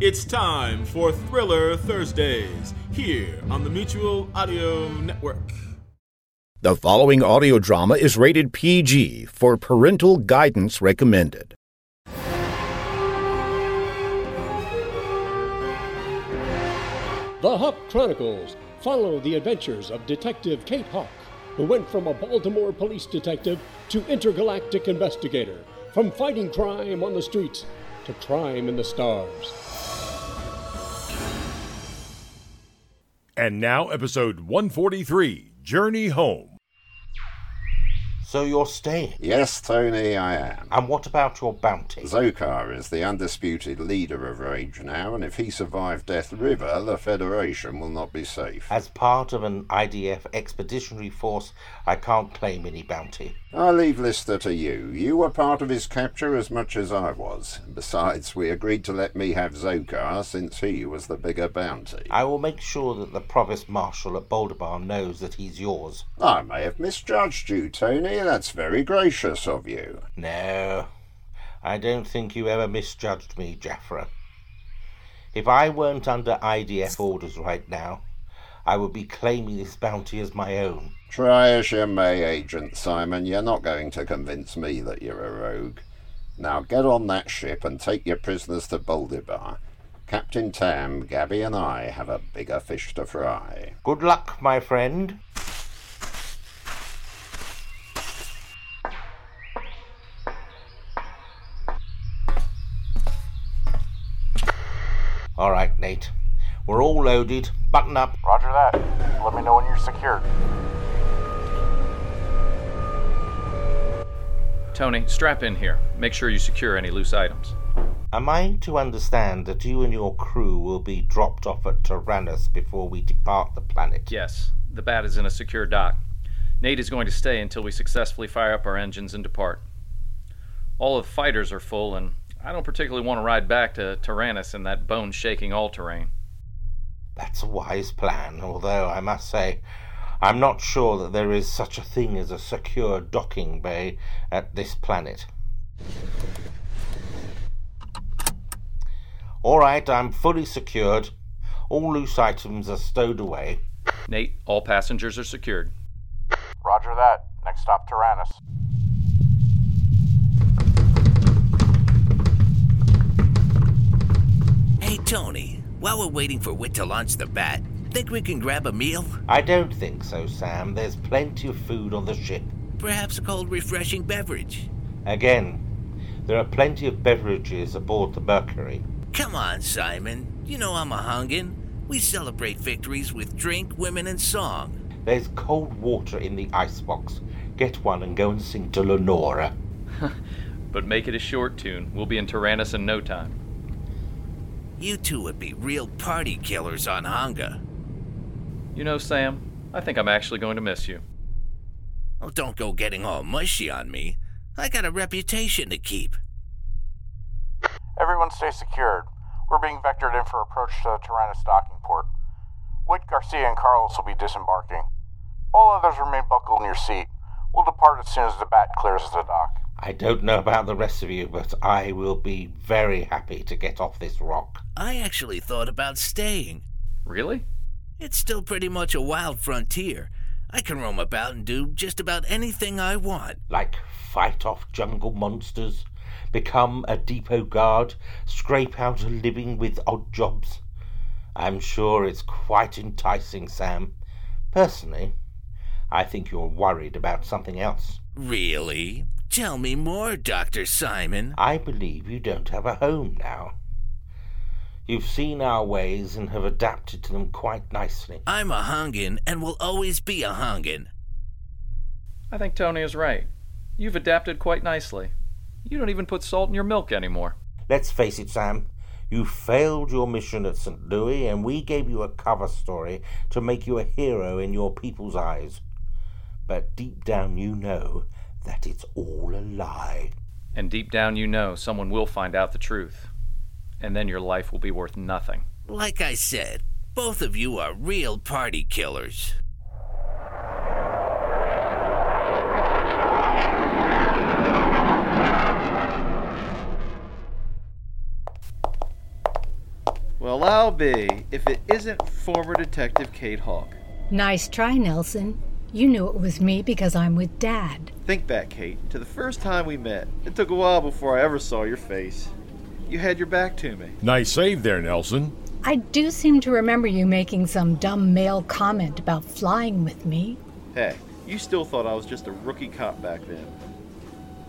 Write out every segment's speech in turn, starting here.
It's time for Thriller Thursdays here on the Mutual Audio Network. The following audio drama is rated PG for parental guidance recommended. The Hawk Chronicles follow the adventures of Detective Kate Hawk, who went from a Baltimore police detective to intergalactic investigator, from fighting crime on the streets to crime in the stars. And now, episode 143 Journey Home. So you're staying? Yes, Tony, I am. And what about your bounty? Zokar is the undisputed leader of Rage now, and if he survived Death River, the Federation will not be safe. As part of an IDF expeditionary force, I can't claim any bounty. I leave Lister to you. You were part of his capture as much as I was. Besides, we agreed to let me have Zokar since he was the bigger bounty. I will make sure that the Provost Marshal at Boldabar knows that he's yours. I may have misjudged you, Tony. That's very gracious of you. No, I don't think you ever misjudged me, Jaffra. If I weren't under IDF orders right now, I would be claiming this bounty as my own. Try as you may, Agent Simon, you're not going to convince me that you're a rogue. Now get on that ship and take your prisoners to Boldibar. Captain Tam, Gabby, and I have a bigger fish to fry. Good luck, my friend. All right, Nate. We're all loaded. Button up. Roger that. Let me know when you're secured. Tony, strap in here. Make sure you secure any loose items. Am I to understand that you and your crew will be dropped off at Tyrannus before we depart the planet? Yes, the bat is in a secure dock. Nate is going to stay until we successfully fire up our engines and depart. All of the fighters are full, and I don't particularly want to ride back to Tyrannus in that bone shaking all terrain. That's a wise plan, although I must say, I'm not sure that there is such a thing as a secure docking bay at this planet. All right, I'm fully secured. All loose items are stowed away. Nate, all passengers are secured. Roger that. Next stop, Tyrannus. Hey, Tony, while we're waiting for Wit to launch the bat, think we can grab a meal? I don't think so, Sam. There's plenty of food on the ship. Perhaps a cold, refreshing beverage. Again, there are plenty of beverages aboard the Mercury. Come on, Simon. You know I'm a hungan. We celebrate victories with drink, women, and song. There's cold water in the icebox. Get one and go and sing to Lenora. But make it a short tune. We'll be in Tyrannus in no time. You two would be real party killers on Honga. You know, Sam, I think I'm actually going to miss you. Oh, don't go getting all mushy on me. I got a reputation to keep. Everyone stay secured. We're being vectored in for approach to the Tyrannus docking port. Whit, Garcia, and Carlos will be disembarking. All others remain buckled in your seat. We'll depart as soon as the bat clears the dock. I don't know about the rest of you, but I will be very happy to get off this rock. I actually thought about staying. Really? It's still pretty much a wild frontier. I can roam about and do just about anything I want. Like, fight off jungle monsters, become a depot guard, scrape out a living with odd jobs. I'm sure it's quite enticing, Sam. Personally, I think you're worried about something else. Really? Tell me more, Dr. Simon. I believe you don't have a home now. You've seen our ways and have adapted to them quite nicely. I'm a hungan and will always be a hungan. I think Tony is right. You've adapted quite nicely. You don't even put salt in your milk anymore. Let's face it, Sam. You failed your mission at St. Louis, and we gave you a cover story to make you a hero in your people's eyes. But deep down you know that it's all a lie. And deep down, you know someone will find out the truth. And then your life will be worth nothing. Like I said, both of you are real party killers. Well, I'll be if it isn't former Detective Kate Hawk. Nice try, Nelson. You knew it was me because I'm with Dad. Think back, Kate, to the first time we met. It took a while before I ever saw your face. You had your back to me. Nice save there, Nelson. I do seem to remember you making some dumb male comment about flying with me. Heck, you still thought I was just a rookie cop back then.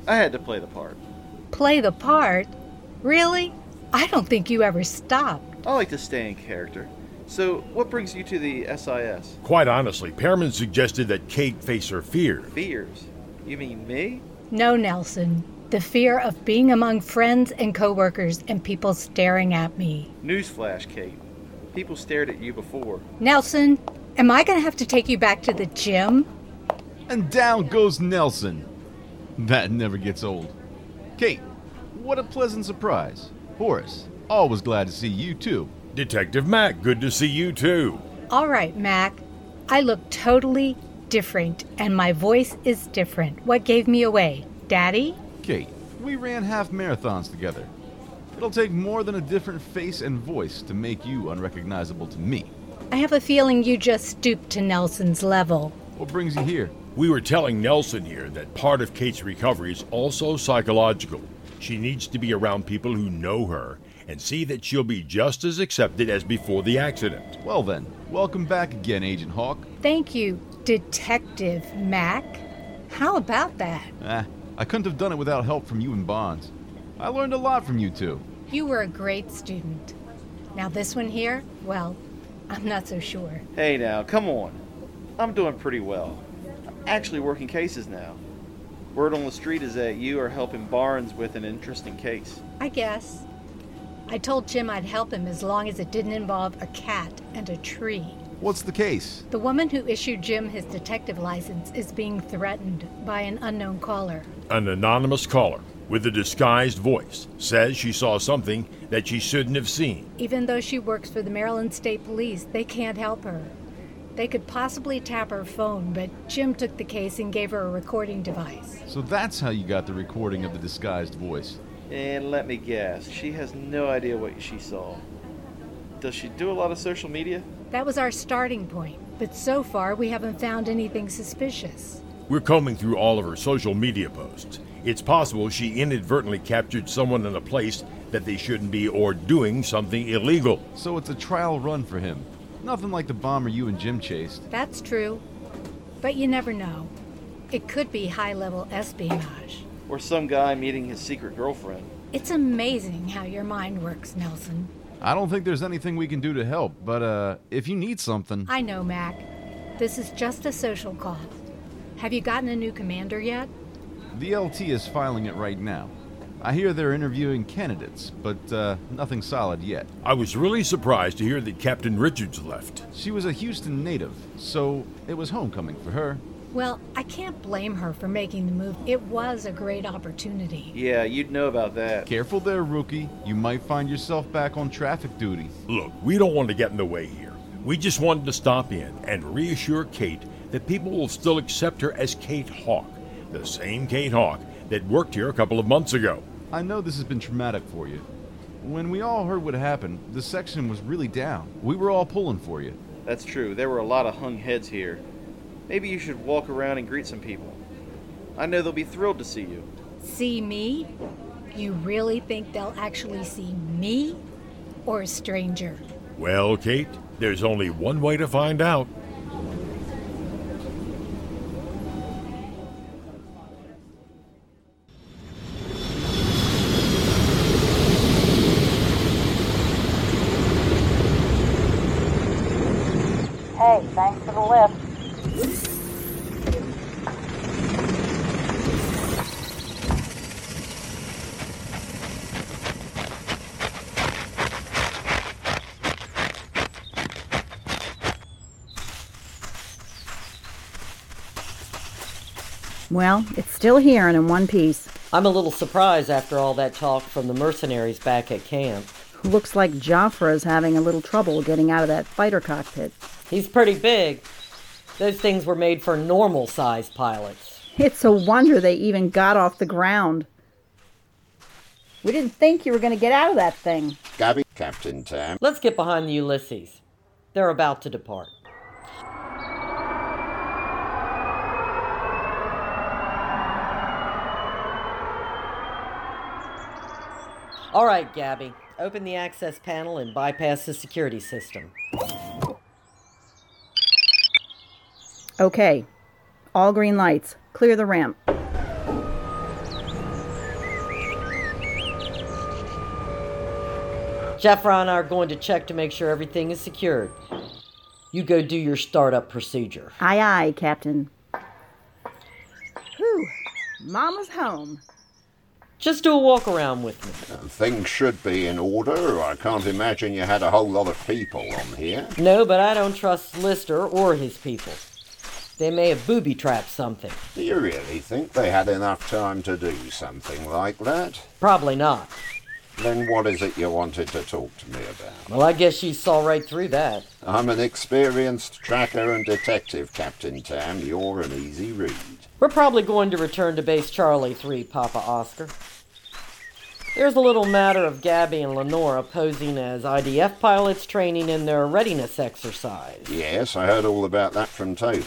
I had to play the part. Play the part? Really? I don't think you ever stopped. I like to stay in character. So, what brings you to the SIS? Quite honestly, Pearman suggested that Kate face her fear. Fears? You mean me? No, Nelson. The fear of being among friends and coworkers and people staring at me. Newsflash, Kate. People stared at you before. Nelson, am I going to have to take you back to the gym? And down goes Nelson. That never gets old. Kate, what a pleasant surprise. Horace, always glad to see you too. Detective Mac, good to see you too. All right, Mac. I look totally different and my voice is different. What gave me away? Daddy? Kate, we ran half marathons together. It'll take more than a different face and voice to make you unrecognizable to me. I have a feeling you just stooped to Nelson's level. What brings you here? We were telling Nelson here that part of Kate's recovery is also psychological. She needs to be around people who know her and see that she'll be just as accepted as before the accident. Well, then, welcome back again, Agent Hawk. Thank you, Detective Mac. How about that? Ah, I couldn't have done it without help from you and Bonds. I learned a lot from you two. You were a great student. Now, this one here, well, I'm not so sure. Hey, now, come on. I'm doing pretty well. I'm actually working cases now. Word on the street is that you are helping Barnes with an interesting case. I guess. I told Jim I'd help him as long as it didn't involve a cat and a tree. What's the case? The woman who issued Jim his detective license is being threatened by an unknown caller. An anonymous caller with a disguised voice says she saw something that she shouldn't have seen. Even though she works for the Maryland State Police, they can't help her. They could possibly tap her phone, but Jim took the case and gave her a recording device. So that's how you got the recording of the disguised voice. And let me guess, she has no idea what she saw. Does she do a lot of social media? That was our starting point, but so far we haven't found anything suspicious. We're combing through all of her social media posts. It's possible she inadvertently captured someone in a place that they shouldn't be or doing something illegal. So it's a trial run for him. Nothing like the bomber you and Jim chased. That's true, but you never know. It could be high level espionage. Or some guy meeting his secret girlfriend. It's amazing how your mind works, Nelson. I don't think there's anything we can do to help, but uh, if you need something. I know, Mac. This is just a social call. Have you gotten a new commander yet? The LT is filing it right now. I hear they're interviewing candidates, but uh, nothing solid yet. I was really surprised to hear that Captain Richards left. She was a Houston native, so it was homecoming for her. Well, I can't blame her for making the move. It was a great opportunity. Yeah, you'd know about that. Careful there, rookie. You might find yourself back on traffic duty. Look, we don't want to get in the way here. We just wanted to stop in and reassure Kate that people will still accept her as Kate Hawk, the same Kate Hawk that worked here a couple of months ago. I know this has been traumatic for you. When we all heard what happened, the section was really down. We were all pulling for you. That's true. There were a lot of hung heads here. Maybe you should walk around and greet some people. I know they'll be thrilled to see you. See me? You really think they'll actually see me or a stranger? Well, Kate, there's only one way to find out. Hey, thanks for the lift. Well, it's still here and in one piece. I'm a little surprised after all that talk from the mercenaries back at camp. Looks like Joffre's having a little trouble getting out of that fighter cockpit. He's pretty big. Those things were made for normal sized pilots. It's a wonder they even got off the ground. We didn't think you were going to get out of that thing. Gabby, Captain Tam. Let's get behind the Ulysses. They're about to depart. All right, Gabby, open the access panel and bypass the security system. Okay. All green lights. Clear the ramp. Jeffra and I are going to check to make sure everything is secured. You go do your startup procedure. Aye, aye, Captain. Whew. Mama's home. Just do a walk around with me. Things should be in order. I can't imagine you had a whole lot of people on here. No, but I don't trust Lister or his people. They may have booby trapped something. Do you really think they had enough time to do something like that? Probably not. Then what is it you wanted to talk to me about? Well, I guess you saw right through that. I'm an experienced tracker and detective, Captain Tam. You're an easy read. We're probably going to return to Base Charlie 3, Papa Oscar. There's a little matter of Gabby and Lenora posing as IDF pilots training in their readiness exercise. Yes, I heard all about that from Tony.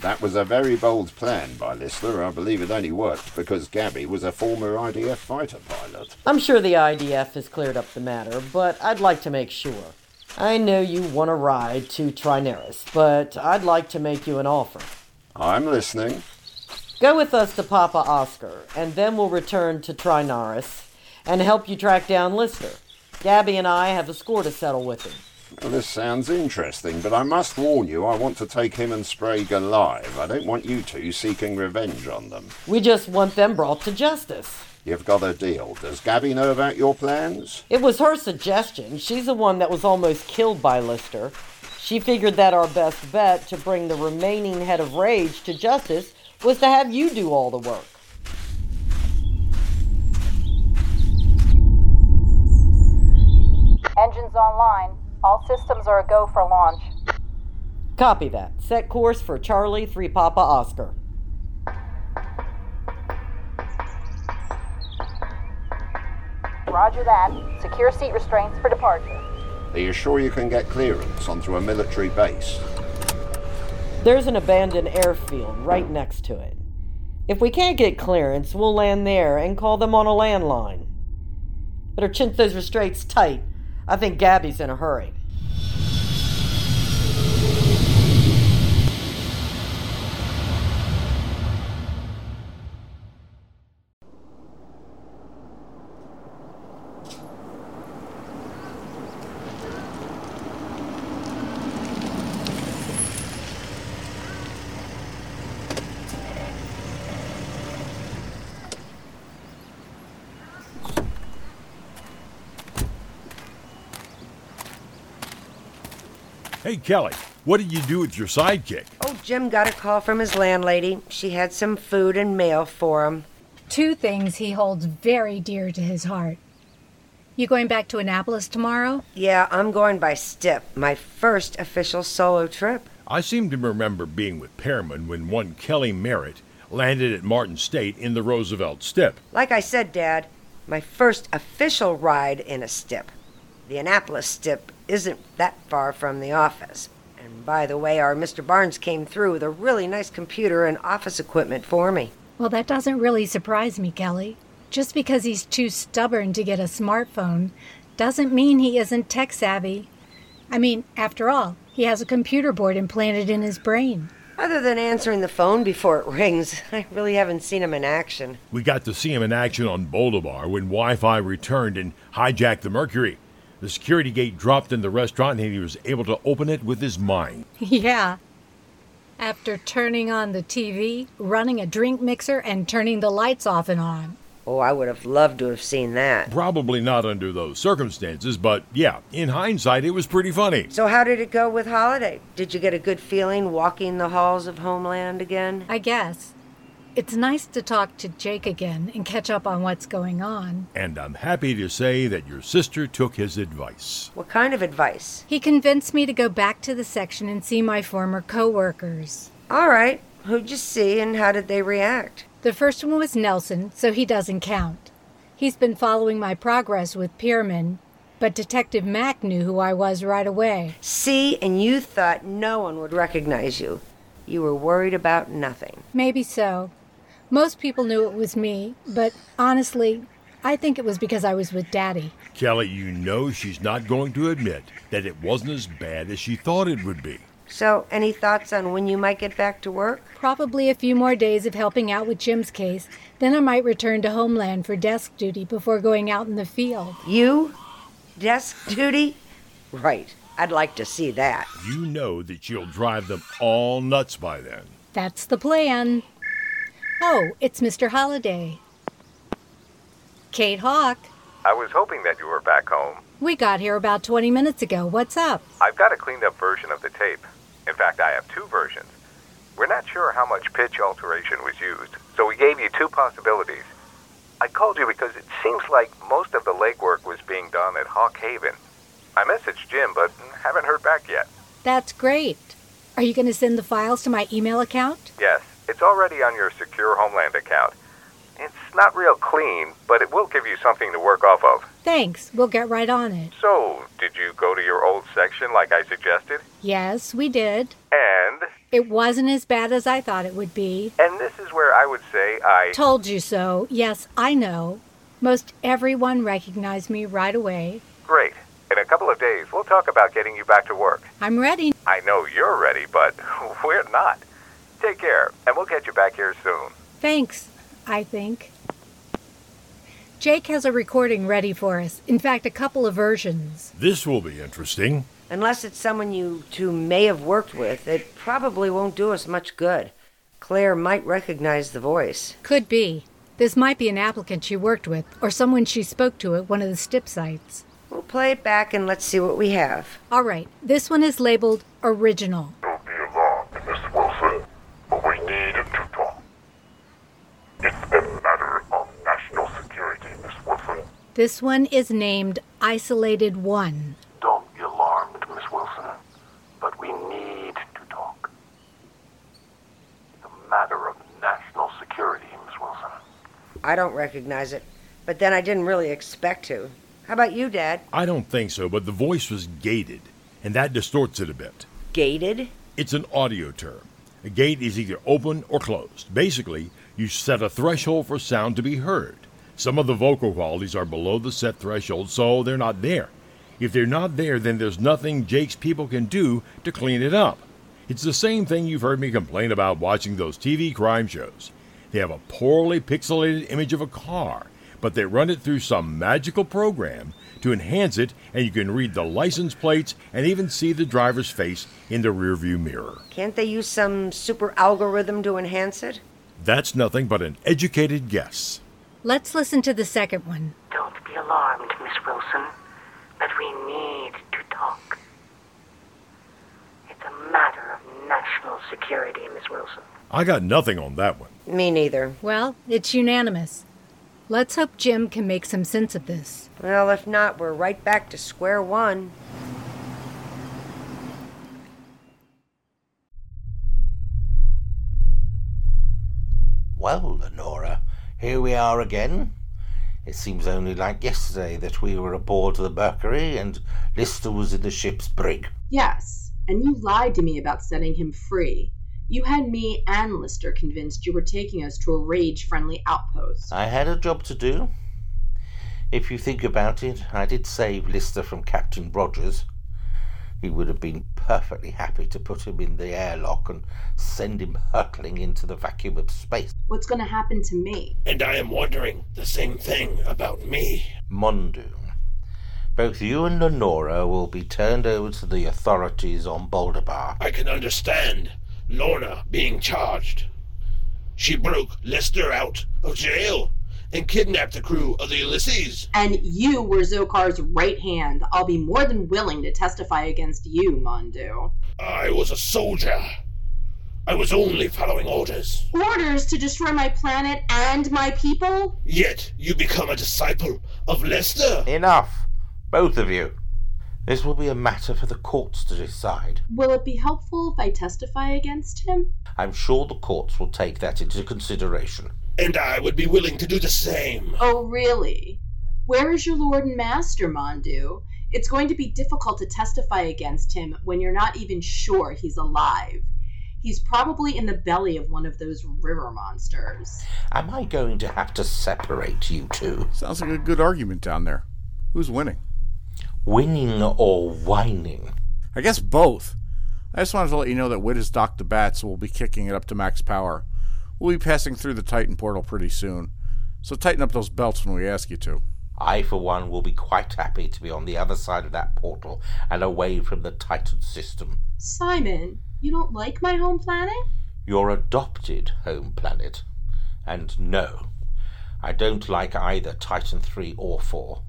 That was a very bold plan by Lister. I believe it only worked because Gabby was a former IDF fighter pilot. I'm sure the IDF has cleared up the matter, but I'd like to make sure. I know you want a ride to Trinaris, but I'd like to make you an offer. I'm listening. Go with us to Papa Oscar, and then we'll return to Trinaris and help you track down Lister. Gabby and I have a score to settle with him. Well, this sounds interesting, but I must warn you, I want to take him and Sprague alive. I don't want you two seeking revenge on them. We just want them brought to justice. You've got a deal. Does Gabby know about your plans? It was her suggestion. She's the one that was almost killed by Lister. She figured that our best bet to bring the remaining head of rage to justice was to have you do all the work. Engines online. All systems are go for launch. Copy that. Set course for Charlie 3 Papa Oscar. Roger that. Secure seat restraints for departure. Are you sure you can get clearance onto a military base? There's an abandoned airfield right next to it. If we can't get clearance, we'll land there and call them on a landline. Better chinch those restraints tight. I think Gabby's in a hurry. Hey, Kelly, what did you do with your sidekick? Oh, Jim got a call from his landlady. She had some food and mail for him. Two things he holds very dear to his heart. You going back to Annapolis tomorrow? Yeah, I'm going by Stip, my first official solo trip. I seem to remember being with Pearman when one Kelly Merritt landed at Martin State in the Roosevelt Step. Like I said, Dad, my first official ride in a Stip. The Annapolis Stip isn't that far from the office. And by the way, our Mr. Barnes came through with a really nice computer and office equipment for me. Well, that doesn't really surprise me, Kelly. Just because he's too stubborn to get a smartphone doesn't mean he isn't tech savvy. I mean, after all, he has a computer board implanted in his brain. Other than answering the phone before it rings, I really haven't seen him in action. We got to see him in action on Boldabar when Wi Fi returned and hijacked the Mercury. The security gate dropped in the restaurant and he was able to open it with his mind. Yeah. After turning on the TV, running a drink mixer, and turning the lights off and on. Oh, I would have loved to have seen that. Probably not under those circumstances, but yeah, in hindsight, it was pretty funny. So, how did it go with Holiday? Did you get a good feeling walking the halls of Homeland again? I guess. It's nice to talk to Jake again and catch up on what's going on. And I'm happy to say that your sister took his advice. What kind of advice? He convinced me to go back to the section and see my former coworkers. All right. Who'd you see and how did they react? The first one was Nelson, so he doesn't count. He's been following my progress with Pierman, but Detective Mack knew who I was right away. See, and you thought no one would recognize you. You were worried about nothing. Maybe so. Most people knew it was me, but honestly, I think it was because I was with Daddy. Kelly, you know she's not going to admit that it wasn't as bad as she thought it would be. So, any thoughts on when you might get back to work? Probably a few more days of helping out with Jim's case, then I might return to homeland for desk duty before going out in the field. You? Desk duty? Right. I'd like to see that. You know that she'll drive them all nuts by then. That's the plan. Oh, it's Mr. Holliday. Kate Hawk, I was hoping that you were back home. we got here about 20 minutes ago. What's up? I've got a cleaned up version of the tape. In fact, I have two versions. We're not sure how much pitch alteration was used, so we gave you two possibilities. I called you because it seems like most of the legwork was being done at Hawk Haven. I messaged Jim, but haven't heard back yet. That's great. Are you going to send the files to my email account? Yes, it's already on your Secure Homeland account. It's not real clean, but it will give you something to work off of. Thanks. We'll get right on it. So, did you go to your old section like I suggested? Yes, we did. And It wasn't as bad as I thought it would be. and this is where I would say I Told you so. Yes, I know. Most everyone recognized me right away. Great. In a couple of days, we'll talk about getting you back to work. I'm ready. I know you're ready, but we're not. Take care, and we'll get you back here soon. Thanks, I think. Jake has a recording ready for us. In fact, a couple of versions. This will be interesting. Unless it's someone you two may have worked with, it probably won't do us much good. Claire might recognize the voice. Could be. This might be an applicant she worked with, or someone she spoke to at one of the STIP sites. We'll play it back and let's see what we have. All right, this one is labeled original. Don't be alarmed, Miss Wilson, but we need to talk. It's a matter of national security, Miss Wilson. This one is named Isolated 1. Don't be alarmed, Miss Wilson, but we need to talk. It's a matter of national security, Miss Wilson. I don't recognize it, but then I didn't really expect to. How about you, Dad? I don't think so, but the voice was gated, and that distorts it a bit. Gated? It's an audio term. A gate is either open or closed. Basically, you set a threshold for sound to be heard. Some of the vocal qualities are below the set threshold, so they're not there. If they're not there, then there's nothing Jake's people can do to clean it up. It's the same thing you've heard me complain about watching those TV crime shows. They have a poorly pixelated image of a car, but they run it through some magical program to enhance it, and you can read the license plates and even see the driver's face in the rearview mirror. Can't they use some super algorithm to enhance it? That's nothing but an educated guess. Let's listen to the second one. Don't be alarmed, Miss Wilson, but we need to talk. It's a matter of national security, Miss Wilson. I got nothing on that one. Me neither. Well, it's unanimous. Let's hope Jim can make some sense of this. Well, if not, we're right back to square one. Well, Lenora, here we are again. It seems only like yesterday that we were aboard the Mercury and Lister was in the ship's brig. Yes, and you lied to me about setting him free. You had me and Lister convinced you were taking us to a rage friendly outpost. I had a job to do. If you think about it, I did save Lister from Captain Rogers. He would have been perfectly happy to put him in the airlock and send him hurtling into the vacuum of space. What's going to happen to me? And I am wondering the same thing about me. Mondu. Both you and Lenora will be turned over to the authorities on Boldabar. I can understand Lorna being charged. She broke Lester out of jail and kidnapped the crew of the Ulysses. And you were Zokar's right hand. I'll be more than willing to testify against you, Mondu. I was a soldier. I was only following orders. Orders to destroy my planet and my people? Yet you become a disciple of Lester. Enough, both of you. This will be a matter for the courts to decide. Will it be helpful if I testify against him? I'm sure the courts will take that into consideration. And I would be willing to do the same. Oh, really? Where is your lord and master, Mondu? It's going to be difficult to testify against him when you're not even sure he's alive. He's probably in the belly of one of those river monsters. Am I going to have to separate you two? Sounds like a good argument down there. Who's winning? Winning or whining? I guess both. I just wanted to let you know that Wit has docked the bat, so we'll be kicking it up to max power. We'll be passing through the Titan portal pretty soon, so tighten up those belts when we ask you to. I, for one, will be quite happy to be on the other side of that portal and away from the Titan system. Simon, you don't like my home planet? Your adopted home planet. And no, I don't like either Titan 3 or 4.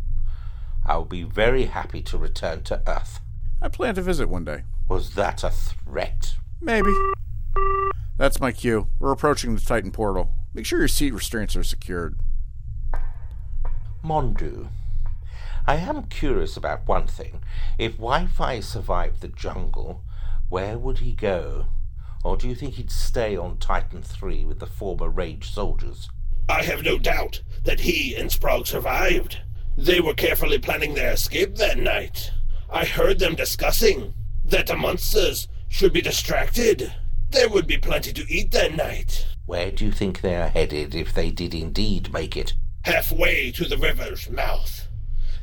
I'll be very happy to return to Earth. I plan to visit one day. Was that a threat? Maybe. That's my cue. We're approaching the Titan portal. Make sure your seat restraints are secured. Mondu, I am curious about one thing. If Wi Fi survived the jungle, where would he go? Or do you think he'd stay on Titan 3 with the former Rage soldiers? I have no doubt that he and Sprague survived. They were carefully planning their escape that night. I heard them discussing that the monsters should be distracted. There would be plenty to eat that night. Where do you think they are headed if they did indeed make it? Halfway to the river's mouth,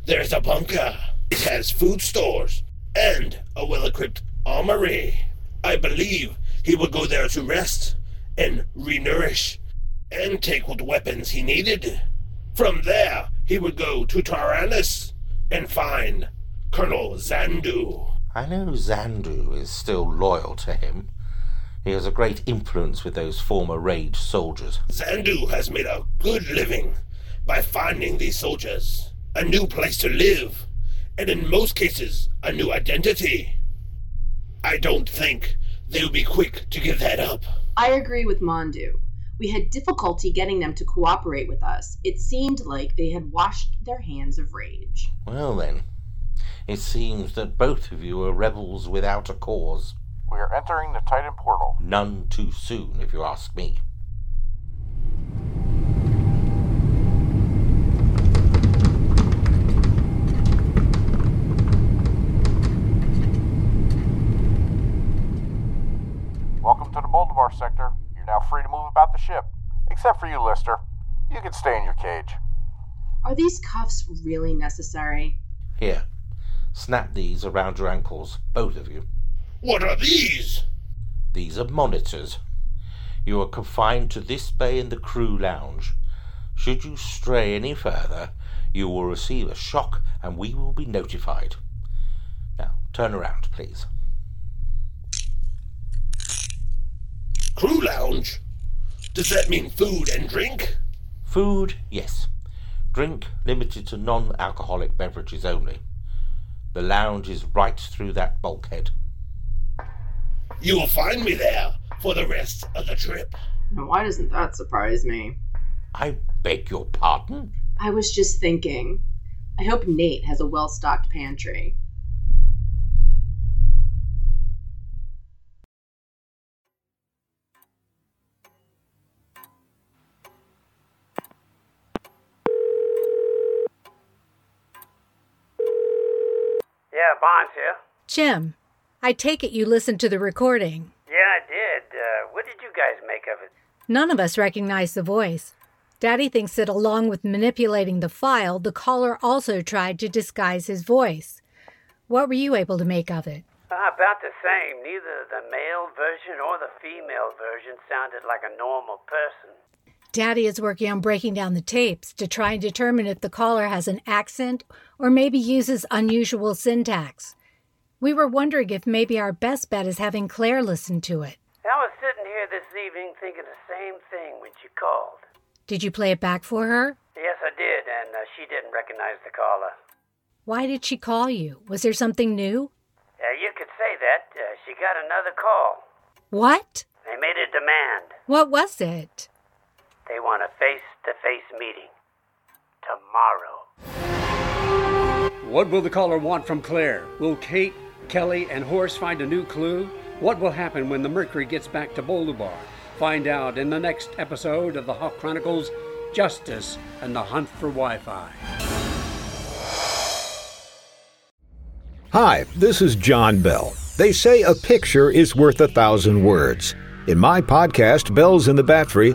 there's a bunker. It has food stores and a well equipped armory. I believe he would go there to rest and renourish and take what weapons he needed. From there, he would go to Tyrannus and find Colonel Zandu. I know Zandu is still loyal to him. He has a great influence with those former Rage soldiers. Zandu has made a good living by finding these soldiers a new place to live, and in most cases, a new identity. I don't think they'll be quick to give that up. I agree with Mondu. We had difficulty getting them to cooperate with us. It seemed like they had washed their hands of rage. Well, then, it seems that both of you are rebels without a cause. We are entering the Titan portal. None too soon, if you ask me. Welcome to the Boldivar sector. You're now free to move about the ship. Except for you, Lister. You can stay in your cage. Are these cuffs really necessary? Here, snap these around your ankles, both of you. What are these? These are monitors. You are confined to this bay in the crew lounge. Should you stray any further, you will receive a shock and we will be notified. Now, turn around, please. Crew lounge? Does that mean food and drink? Food, yes. Drink limited to non alcoholic beverages only. The lounge is right through that bulkhead. You will find me there for the rest of the trip. Now, why doesn't that surprise me? I beg your pardon? I was just thinking. I hope Nate has a well stocked pantry. Yeah, Bond's here. Jim, I take it you listened to the recording. Yeah, I did. Uh, what did you guys make of it? None of us recognize the voice. Daddy thinks that along with manipulating the file, the caller also tried to disguise his voice. What were you able to make of it? Uh, about the same. Neither the male version or the female version sounded like a normal person. Daddy is working on breaking down the tapes to try and determine if the caller has an accent or maybe uses unusual syntax. We were wondering if maybe our best bet is having Claire listen to it. I was sitting here this evening thinking the same thing when she called. Did you play it back for her? Yes, I did, and uh, she didn't recognize the caller. Why did she call you? Was there something new? Uh, you could say that. Uh, she got another call. What? They made a demand. What was it? They want a face to face meeting. Tomorrow. What will the caller want from Claire? Will Kate, Kelly, and Horace find a new clue? What will happen when the Mercury gets back to Bolivar? Find out in the next episode of the Hawk Chronicles Justice and the Hunt for Wi Fi. Hi, this is John Bell. They say a picture is worth a thousand words. In my podcast, Bells in the Battery,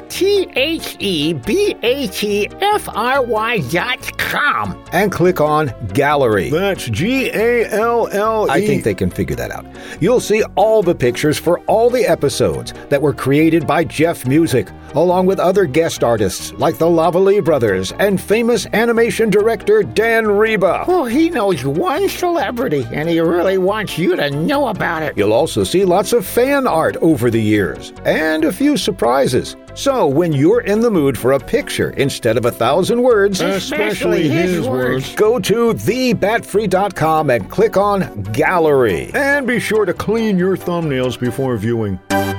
T H E B A T F R Y dot com. and click on Gallery. That's G A L L E. I think they can figure that out. You'll see all the pictures for all the episodes that were created by Jeff Music, along with other guest artists like the Lavalley brothers and famous animation director Dan Reba. Well, Oh, he knows one celebrity, and he really wants you to know about it. You'll also see lots of fan art over the years and a few surprises. So, when you're in the mood for a picture instead of a thousand words, Especially his his words. go to thebatfree.com and click on Gallery. And be sure to clean your thumbnails before viewing.